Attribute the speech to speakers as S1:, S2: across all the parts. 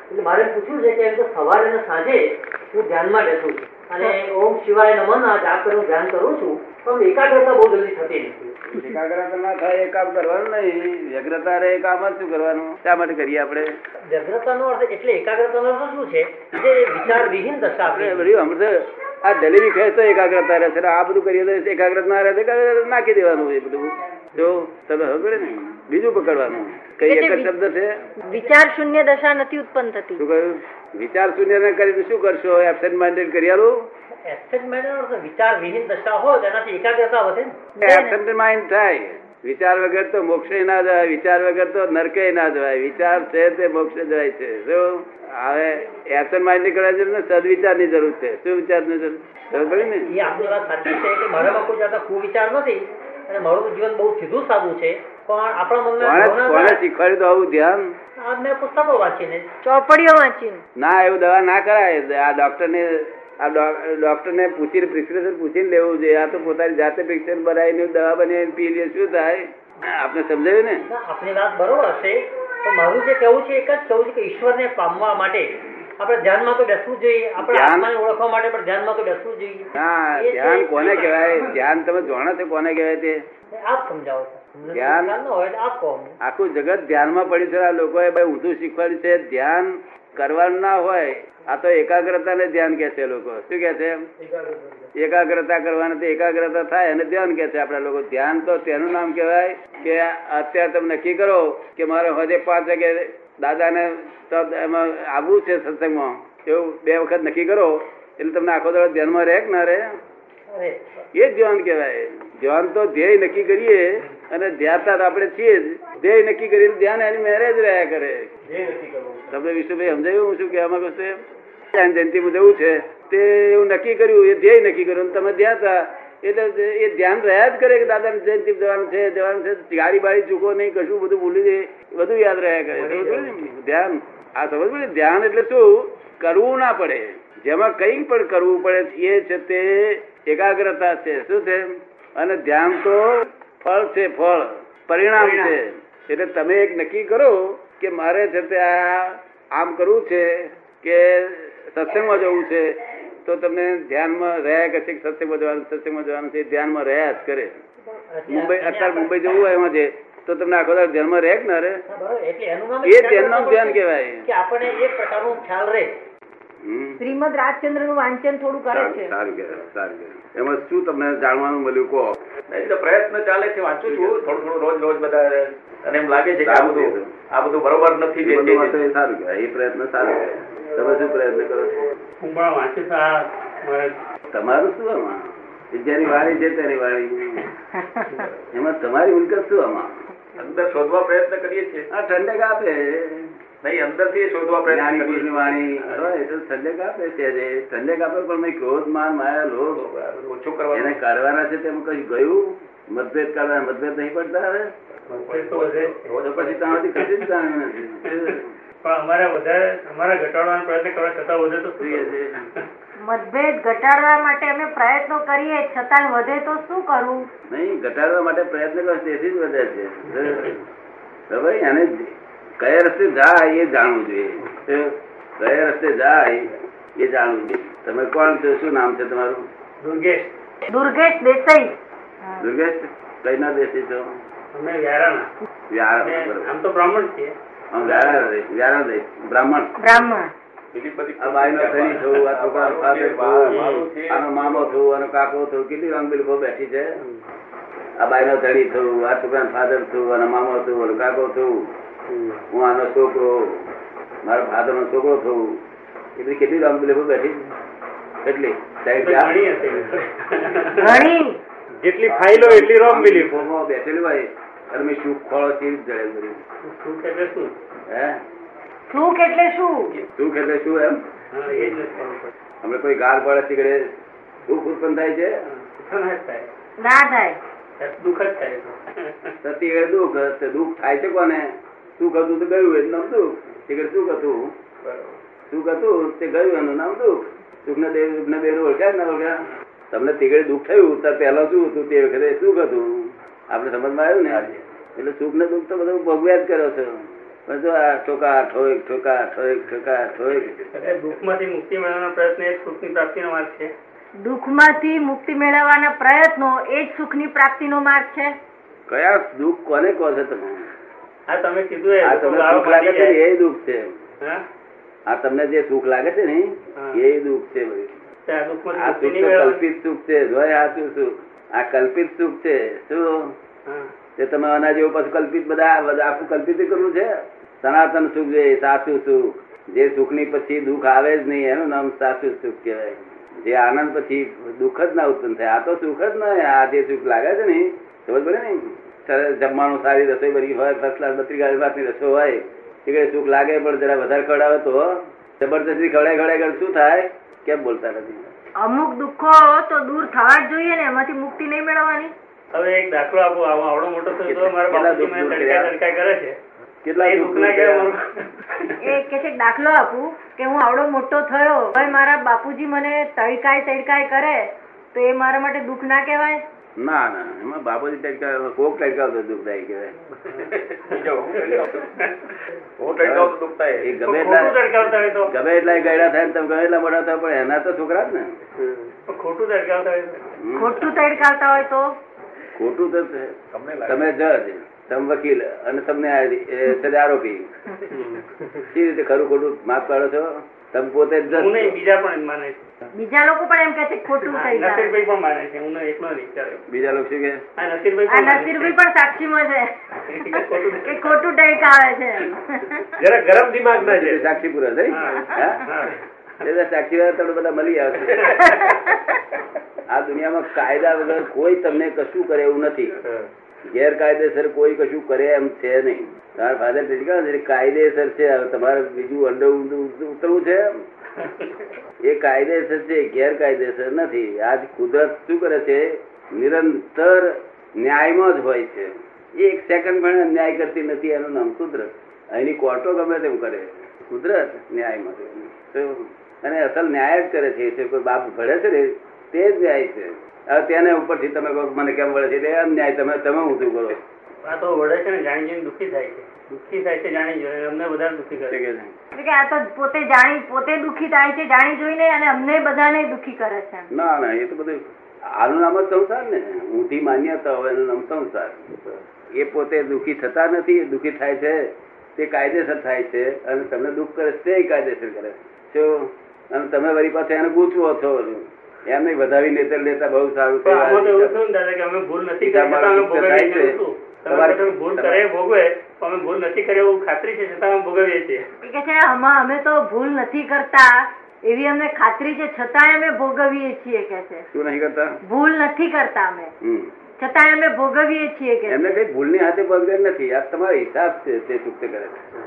S1: એટલે મારે એમ પૂછ્યું છે કે એમ તો સવારે અને સાંજે હું ધ્યાનમાં બેઠું છું અને ઓમ શિવાય નમઃ આ જાપ પર હું ધ્યાન કરું છું પણ એકાગ્રતા બહુ જલ્દી થતી નથી
S2: એકાગ્રતા ના થાય એ કામ કરવાનું નહીં વ્યગ્રતા રહે એ કામ જ શું કરવાનું શા માટે કરીએ આપણે
S1: વ્યગ્રતાનો અર્થ એટલે એકાગ્રતાનો અર્થ શું છે જે વિચાર વિહીન દશા
S2: આપણે
S1: આપણી
S2: બધું હમણાં આ જલેબી ખાય તો એકાગ્રતા રહેશે અને આ બધું કરીએ તો એકાગ્રતા ના રહે તો એકાગ્રતા નાખી દેવાનું એ બધું જો તમે ખબર ને બીજું પકડવાનું કઈ એક જ શબ્દ છે
S3: વિચાર શૂન્ય દશા નથી ઉત્પન્ન થતી
S2: શું કહ્યું વિચાર શૂન્ય ને કરીને શું કરશો એબસેન્ટ માઇન્ડેડ કરી આલું
S1: એબસેન્ટમેન્ટ નો અર્થ વિચાર વિહીન દશા હોય તો એનાથી એકાગ્રતા વધે ને.
S2: એબસેન્ટ માઇન્ડ થાય વિચાર વગર તો મોક્ષે ના જવાય વિચાર વગર તો નરકે ના જવાય વિચાર છે તે મોક્ષે જાય છે શું હવે એબસેન્ટ માઇન્ડ કરવા જરૂર ને સદવિચારની જરૂર છે શું વિચારની જરૂર ખબર પડી ને
S1: એ આપની વાત સાચી છે કે મારામાં કોઈ જાતના કુવિચાર નથી અને મારું જીવન બહુ સીધું સાદું છે પણ આપણા મનમાં
S2: કોણે
S1: ભાવના
S2: કોણે શીખવાડ્યું તો આવું ધ્યાન
S1: આ મેં પુસ્તકો વાંચીને
S3: ચોપડીઓ વાંચીને
S2: ના એવું દવા ના કરાય આ ડોક્ટરને આ ડોક્ટરને પૂછીને પ્રિસ્ક્રિપ્શન પૂછીને લેવું જોઈએ આ તો પોતાની જાતે પ્રિસ્ક્રિપ્શન બનાવીને દવા બનાવીને પી લે શું થાય આપણે સમજાયું ને
S1: ના, આપની વાત બરોબર છે પણ મારું જે કહેવું છે એક જ કહેવું છે કે ઈશ્વરને પામવા માટે આપણે ધ્યાનમાં તો બેસવું જોઈએ આપણે
S2: ધ્યાન?
S1: આત્માને ઓળખવા માટે પણ ધ્યાનમાં તો બેસવું જોઈએ
S2: હા
S1: એ છે-
S2: ધ્યાન કોને કહેવાય ધ્યાન તમે જાણો છો કોને કહેવાય તે
S1: આપ સમજાવો અમને તો
S2: ધ્યાન?
S1: ખ્યાલ ન હોય એટલે આપ કહો અમને.
S2: આખું જગત ધ્યાનમાં પડ્યું છે આ લોકોએ ભાઈ ઊંધું શીખવાડ્યું છે ધ્યાન કરવાનું ના હોય આ તો એકાગ્રતાને ધ્યાન કહે છે લોકો શું કહે છે એકાગ્રતા કરવાની તો એકાગ્રતા થાય અને ધ્યાન કહે છે આપણા લોકો ધ્યાન તો તેનું નામ કહેવાય કે અત્યારે તમે નક્કી કરો કે મારે હજે પાંચ વાગે દાદાને તો એમાં આવવું છે સત્સંગમાં એવું બે વખત નક્કી કરો એટલે તમને આખો દાડો ધ્યાનમાં રહે કે ના રહે
S1: અરે,
S2: એ જ ધ્યાન કહેવાય ધ્યાન તો ધ્યેય નક્કી કરીએ અને ધ્યાતા તો આપણે છીએ જ ધ્યેય નક્કી કરીને ધ્યાન એની મેરેજ રહ્યા કરે તમને વિષ્ણુભાઈ સમજાયું હું શું કહેવા માંગુ છું ધ્યાન જયંતિમાં જવું છે તે એવું નક્કી કર્યું એ ધ્યેય નક્કી કર્યું અને તમે ધ્યાતા એટલે જે એ ધ્યાન રહ્યા જ કરે કે દાદાની જયંતિ જવાનું છે જવાનું છે ગાડી બાડી ચૂકો નહીં કશું બધું ભૂલી જાય એ બધું યાદ રહ્યા કરે સમજ પડી ને? ધ્યાન આ સમજ પડી ને? ધ્યાન એટલે શું કરવું ના પડે જેમાં કંઈ પણ કરવું પડે એ છે તે એકાગ્રતા છે શું છે અને ધ્યાન તો ફળ છે ફળ પરિણામ છે એટલે તમે એક નક્કી કરો કે મારે છે તે આ આમ કરવું છે કે સત્સંગમાં જવું છે તો તમને ધ્યાનમાં રહ્યા કે છે સત્સંગમાં જવાનું સત્સંગમાં જવાનું છે ધ્યાનમાં રહ્યા જ કરે મુંબઈ અત્યારે મુંબઈ જવું હોય એમાં છે તો તમને આખો દાડો ધ્યાનમાં રહે કે ના રહે
S1: હા, બરોબર. એટલે એનું નામ
S2: એ ધ્યાનનું ધ્યાન કહેવાય.
S1: કે આપણને એક પ્રકારનો ખ્યાલ રહે
S2: હમ
S3: શ્રીમદ રાજચંદ્ર નું વાંચન થોડું કરે
S2: સારું
S3: છે
S2: સારું કહેવાય, સારું કહેવાય. એમાં શું તમને જાણવાનું મળ્યું કહો
S4: નહીં, એટલે પ્રયત્ન ચાલે છે વાંચું છું થોડું થોડું રોજ રોજ બધા અને એમ લાગે છે કે આ
S2: સારું
S4: બધું
S2: કીધું.
S4: આ બધું બરોબર નથી જે
S2: બધું વાંચો
S4: છે તે.
S2: એ સારું કહેવાય, એ પ્રયત્ન સારો કહેવાય. તમે શું પ્રયત્ન કરો છો?
S5: હું પણ વાંચું છું આ મારા
S2: તમારું શું આમાં એ જેની વારી છે તેની વારી એમાં તમારી મિલકત શું આમાં
S4: અંદર શોધવા પ્રયત્ન કરીએ છીએ
S2: આ ઠંડક આપે
S4: નહીં અંદરથી શોધવા પ્રયત્ન
S2: જ્ઞાની
S4: કરીએ
S2: પુરુષની
S4: છીએ.
S2: વાણી હોય તો ઠંડક આપે છે જે. ઠંડક આપે પણ મેં ક્રોધ માન માયા લોભ
S4: ઓછું કરવાનું
S2: એને કાઢવાના છે તેમાં કઈ ગયું મતભેદ કાઢવા મતભેદ નહીં પડતા હવે
S5: મતભેદ તો વધે
S2: તો પછી તમારાથી કશું જ જાણ્યું નથી
S5: પણ અમારા વધારે અમારા ઘટાડવાનો પ્રયત્ન કરવા છતાં વધે તો શું
S2: પ્રિય
S5: કરવું?
S2: છે
S3: મતભેદ ઘટાડવા માટે અમે પ્રયત્નો કરીએ છતાં વધે તો શું કરવું
S2: નહીં ઘટાડવા માટે પ્રયત્ન કરો તેથી જ વધે છે બરાબર અને કયા રસ્તે જાય એ જાણવું જોઈએ કયા રસ્તે જાય એ જાણવું જોઈએ તમે કોણ છો શું નામ છે તમારું
S5: દુર્ગેશ
S3: દુર્ગેશ દેસાઈ
S2: દુર્ગેશ કઈ ના દેશી છો
S5: અમે વ્યારાના
S2: વ્યારા
S5: અને
S2: બરોબર.
S5: આમ તો બ્રાહ્મણ છીએ
S2: હા, વ્યારા દેશ વ્યારા દેશ બ્રાહ્મણ
S3: બ્રાહ્મણ
S4: બીજી બધી
S2: આ બાઈનો ધણી થવું આ છોકરાનો father થવું,
S4: મારું છે.
S2: આનો મામો થવું આનો કાકો થવું કેટલી રંગબિલખો બેઠી છે આ બાઈનો ધણી થવું આ છોકરાનો father થવું આનો મામો થવું આનો કાકો થવું હું આનો છોકરો મારા father નો છોકરો થવું એ બધી કેટલી રંગ બેઠી છે? કેટલી સાહેબ, આ
S5: ઘણી હતી
S3: ઘણી
S5: જેટલી ફાઇલો એટલી રોંગ બિલીફો
S2: રંગબિલીફોમાં બેઠેલી હોય અને મેં શું ખોળો ચીર જડે બધી.
S5: શું એટલે શું
S2: હે
S3: સુખ એટલે શું
S2: શું ખેલે શું એમ
S5: હા, એ જ નથી ખબર
S2: હમણાં કોઈ ગાર પડે તીકડે દુઃખ ઉત્પન્ન થાય છે
S5: પડતી. ના
S3: ના
S5: જ થાય
S3: થાય
S5: દુઃખ જ થાય
S2: સતી એ દુઃખ તે દુઃખ થાય છે કોને સુખ હતું તો ગયું એનું નામ દુઃખ તીકડે સુખ હતું સુખ હતું તે ગયું એનું નામ દુઃખ સુખના દેવ દુઃખના દેવને ઓળખ્યા જ ના ઓળખ્યા તમને તીકડે દુઃખ થયું ત્યારે પહેલા શું હતું તે વખતે સુખ હતું આપણે સમજમાં આવ્યું ને એટલે સુખ ને દુઃખ તો બધું ભોગવ્યા જ કર્યો છે પણ જો આ ઠોકા ઠોક ઠોકા ઠોક ઠોકા ઠોક
S5: એટલે દુઃખમાંથી મુક્તિ મેળવવાનો પ્રયત્ન એ જ સુખની પ્રાપ્તિનો માર્ગ છે
S3: દુઃખમાંથી મુક્તિ મેળવવાના પ્રયત્નો એ જ સુખની પ્રાપ્તિનો માર્ગ છે
S2: કયા દુઃખ કોને કહો છો તમે
S5: આ તમે કીધું એ
S2: આ
S5: લોકો
S2: તમને
S5: ગાળો
S2: સુખ લાગે છે ને
S5: પાડી
S2: એ દુઃખ છે
S5: જાય. હા?
S2: આ તમને જે સુખ લાગે છે ને
S5: હા.
S2: એ દુઃખ છે બધું.
S5: તો આ દુઃખમાંથી
S2: આ સુખ તો
S5: મુક્તિ નહીં મેળવવાની?
S2: કલ્પિત સુખ છે જોય સાચું સુખ આ કલ્પિત સુખ છે શું
S5: હા.
S2: તે તમે આના જેવું પાછું કલ્પિત બધા બધા આખું કલ્પિત જ કરવું છે સનાતન સુખ જોઈએ સાચું સુખ જે સુખની પછી દુઃખ આવે જ નહીં એનું નામ સાચું સુખ કહેવાય જે આનંદ પછી દુઃખ જ ના ઉત્પન્ન થાય આ તો સુખ જ ના આ જે સુખ લાગે છે ને ખબર પડે ને સરસ જમવાનું સારી રસોઈ બની હોય ફર્સ્ટ ક્લાસ બત્રી ગાડી વાતની રસોઈ હોય એ કઈ સુખ લાગે પણ જરા વધારે ખવડાવે તો જબરદસ્તી ખવડાય ખવડાય કરે શું થાય કેમ બોલતા નથી
S3: અમુક દુઃખો તો દૂર થવા જ જોઈએ ને એમાંથી મુક્તિ નહીં મેળવવાની
S5: હવે એક દાખલો આપો આવો આવડો મોટો થયો તો મારા
S2: કેટલા
S5: બાપુજી મને
S2: દુઃખ દૂર
S5: તડકા
S2: કર્યા?
S5: તડકા કરે છે
S2: કેટલા
S5: એ
S2: દુઃખ
S5: દુઃખના ઘેર
S2: કર્યા?
S5: મારું-
S3: એ કે છે દાખલો આપું કે હું આવડો મોટો થયો હવે મારા બાપુજી મને તડકાય તડકાય કરે તો એ મારા માટે દુઃખ ના કહેવાય
S2: ના ના એમાં બાપુજી ટેકા કોક ટેકાવતો દુઃખદાયી કહેવાય
S4: બીજો હું તડકાવું. હું તડકાવું તો દુખતા
S2: એ
S4: એ.
S2: ગમે
S5: ખોટું
S2: એટલા
S5: તડકાવતા હોય તો
S2: ગમે એટલા ગયડા થાય ને તમે ગમે એટલા મોટા થાવ પણ એના તો છોકરા જ ને
S5: ખોટું તડકાવતા હોય તો
S2: હમ.
S3: ખોટું તડકાવતા હોય તો
S2: ખોટું તો છે
S4: તમને લાગે.
S2: તમે જજ તમે વકીલ અને તમને આ રી- એ સજા આરોપી કેવી રીતે ખરું ખોટું માફ પાડો છો તમે પોતે જ
S5: હું
S2: જજ છો.
S5: નહીં બીજા પણ માને છે
S3: બીજા લોકો પણ એમ કે છે ખોટું
S5: હા,
S3: તડકાવે
S5: નસીરભાઈ પણ માને છે હું નહીં, એકલો નહીં ચાલો.
S2: બીજા લોકો શું કે
S5: આ નસીરભાઈ
S3: આ
S5: પણ માને
S3: નસીરભાઈ પણ સાક્ષીમાં છે
S5: છે. ખોટું
S3: કે ખોટું તડકાવે છે
S4: જરા ગરમ દિમાગ ના છે
S2: સાક્ષી પૂરા થઈ
S5: હા.
S2: હા
S5: હા.
S2: એ તો સાક્ષી વાળા તમને બધા મળી આવશે આ દુનિયામાં કાયદા વગર કોઈ તમને કશું કરે એવું નથી ગેરકાયદેસર કોઈ કશું કરે એમ છે નહીં તારા ફાધર કહે છે કાયદેસર છે હવે તમારે બીજું અંદર ઊંધું ઊંધું ઉતરવું છે એ કાયદેસર છે ગેરકાયદેસર નથી આજ કુદરત શું કરે છે નિરંતર ન્યાયમાં જ હોય છે એક સેકન્ડ પણ ન્યાય કરતી નથી એનું નામ કુદરત અહીંની કોર્ટો ગમે તેમ કરે કુદરત ન્યાયમાં છે. તો અને અસલ ન્યાય જ કરે છે જે કોઈ બાપ ભળે છે ને તે જ ન્યાય છે હવે તેને ઉપરથી તમે કહો કે મને કેમ વળે છે તે અન્યાય તમે તમે ઊંધું કરો
S5: આ તો વડે છે ને જાણી જોઈને દુઃખી થાય છે દુઃખી થાય છે જાણી જોઈને અમને વધારે દુઃખી કરે છે.
S3: એટલે કે આ તો પોતે જાણી પોતે દુઃખી થાય છે જાણી જોઈને અને અમને બધાને દુઃખી કરે છે
S2: ના ના એ તો બધું આનું નામ જ સંસાર ને ઊંધી માન્યતા હોય એનું નામ સંસાર એ પોતે દુઃખી થતા નથી દુઃખી થાય છે તે કાયદેસર થાય છે અને તમને દુઃખ કરે છે તે કાયદેસર કરે છે જો અને તમે વળી પાસે એને ગૂંચવો છો એમને વધાવી લેતા લેતા બહુ સારું
S5: પણ આમાં તો
S2: થયું.
S5: એવું થયું ને દાદા કે અમે ભૂલ નથી કરી
S2: સીધા માણસ ઉત્તર થાય છે.
S5: છતાં અમે ભોગવીએ છીએ શું? તમે
S2: તમારે- તમારે-
S5: કીધું ભૂલ કરે ભોગવે પણ અમે ભૂલ નથી કરી એવું ખાતરી છે છતાં અમે ભોગવીએ છીએ
S3: એ કે છે આમાં અમે તો ભૂલ નથી કરતા એવી અમને ખાતરી છે છતાંય અમે ભોગવીએ છીએ કે છે
S2: શું નહીં કરતા
S3: ભૂલ નથી કરતા અમે
S2: હમ
S3: છતાંય અમે ભોગવીએ છીએ કે છે.
S2: એમને કઈ ભૂલની હાથે પગવેર નથી આ તમારો હિસાબ છે તે ચૂકતે કરે છે.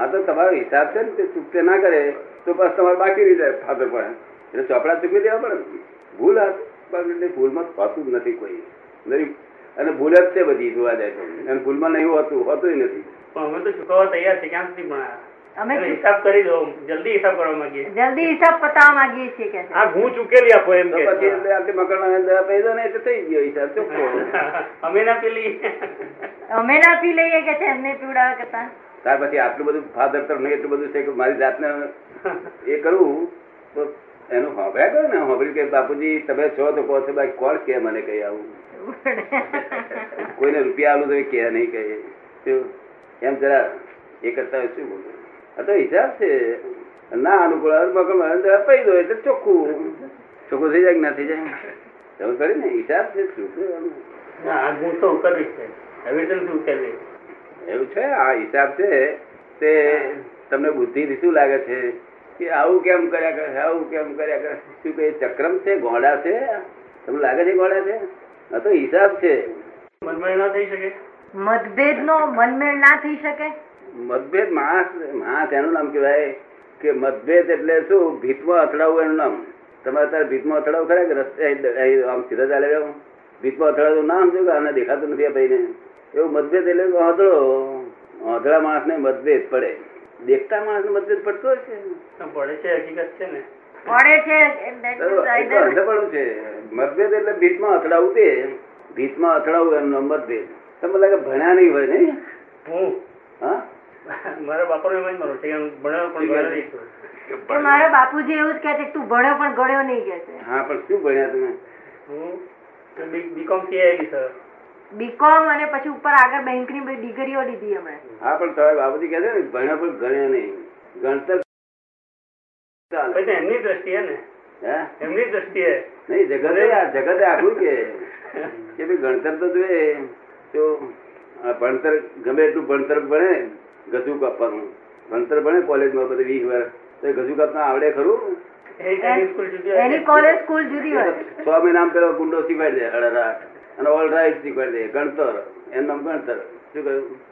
S2: આ તો તમારો હિસાબ છે ને તે ચૂકતે ના કરે તો બસ તમારે બાકી રહી જાય ફાદર પડે એટલે ચોપડા ચૂકવી દેવા પડે ને. ભૂલ હાથ પગ એટલે ભૂલમાં હોતું જ નથી કોઈ નરી- અને ભૂલ જ છે બધી જોવા જાય તો અને ભૂલમાં નહીં હોતું હોતું નથી
S5: પણ અમે તો ચૂકવવા તૈયાર છે ક્યાં સુધી પણ આ?
S3: અમે
S5: એટલે હિસાબ કરી દો જલ્દી હિસાબ કરવા માંગીએ
S3: જલ્દી હિસાબ પતાવવા માંગીએ છીએ કે છે
S4: આ હું ચૂકેલી આપો એમ
S2: તો
S4: કે
S2: પછી એટલે આપણે મકરવાના દવા પી દો ને એટલે થઈ ગયો હિસાબ ચોખ્ખો
S5: અમે ના પેલી
S3: અમે ના પી લઈએ કે છે એમને પીવડાવે કરતા
S2: ત્યાર પછી આટલું બધું ફાધર તરફ એટલું બધું છે કે મારી જાતને એ કરવું તો એનું હોભળ્યા કરો ને હોભળ્યું કે બાપુજી તમે છો તો કહો છો બાકી કોણ કે મને કહી આવું કોઈને રૂપિયા આલું તો એ કે નહીં કહે તો એમ જરા એ કરતા હોય શું બોલું આ તો હિસાબ છે ના અનુકૂળ આવે તો મગજમાં આવે ને જરા પહી દો એટલે ચોખ્ખું ચોખ્ખું થઈ જાય કે ના થઈ જાય એવું કરી ને હિસાબ છે શું છે આમ?
S5: ના, આ ગુણ તો ઉકેલવી જ છે હવે તો નથી ઉકેલવી
S2: એવું છે આ હિસાબ છે તે તમને બુદ્ધિથી શું લાગે છે કે આવું કેમ કર્યા કરે છે, આવું કેમ કર્યા કરે છે? શું કે ચક્રમ છે ગોળા છે તમને લાગે છે ગોળા છે આ તો હિસાબ છે
S5: મનમાં ના થઈ શકે
S3: મતભેદનો મનમેળ ના થઈ શકે
S2: મતભેદ માણસ માણસ એનું નામ કહેવાય કે મતભેદ એટલે શું ભીતમાં અથડાવું એનું નામ તમે અત્યારે ભીતમાં અથડાવું ખરા કે રસ્તે અહીં ડ- અહીં આમ સીધા ચાલે રહ્યો ભીતમાં અથડાવું નામ શું કે આને દેખાતું નથી આ ભાઈને એવું મતભેદ એટલે આંધળો આંધળા માણસને મતભેદ પડે દેખતા માણસને મતભેદ પડતો હોય છે
S5: પણ પડે છે હકીકત છે
S3: પડે
S5: ને
S3: છે and that
S2: તો
S3: is
S2: એ તો
S3: either-
S2: અંધપણું છે મતભેદ એટલે ભીતમાં અથડાવું તે ભીતમાં અથડાવું એમનો મતભેદ તમને લાગે ભણ્યા નહીં હોય નહીં
S5: હું
S2: હા
S5: મારા બાપાનો એમ જ માનો છે કે હું ભણેલો પણ ગણ્યો નહીં છું.
S3: કે મારા બાપુજી એવું જ કહે છે કે તું ભણ્યો પણ ગણ્યો નહીં કે છે
S2: હા પણ શું ભણ્યા તમે
S5: હું બીકોમ સી આવી સર
S3: બીકોમ અને પછી ઉપર આગળ બેંકની બધી ડિગ્રીઓ લીધી એમણે
S2: હા પણ તમારે બાપુજી કહે છે ને ભણ્યા પણ ગણ્યા નહીં ગણતર ચાલે.
S5: પછી એમની દ્રષ્ટિએ ને
S2: હે
S5: એમની દ્રષ્ટિએ
S2: નહીં જગતે આ જગતે આખું કે કે ભઈ ગણતર તો જોઈએ તો આ ભણતર ગમે એટલું ભણતર ભણે ગધું કાપવાનું ભણતર ભણે કોલેજમાં બધે વીસ વર્ષ તો એ ગધું કાપતા આવડે ખરું
S5: એ ટાઈમે સ્કૂલ જુદી હોય.
S3: એની કોલેજ સ્કૂલ જુદી
S2: એ
S3: હોય
S2: તો છ મહિનામાં પેલો ગુંડો શીખવાડી દે અડરાટ અને ઓલ રાઈટ શીખવાડી દે ગણતર એનું નામ ગણતર શું કહ્યું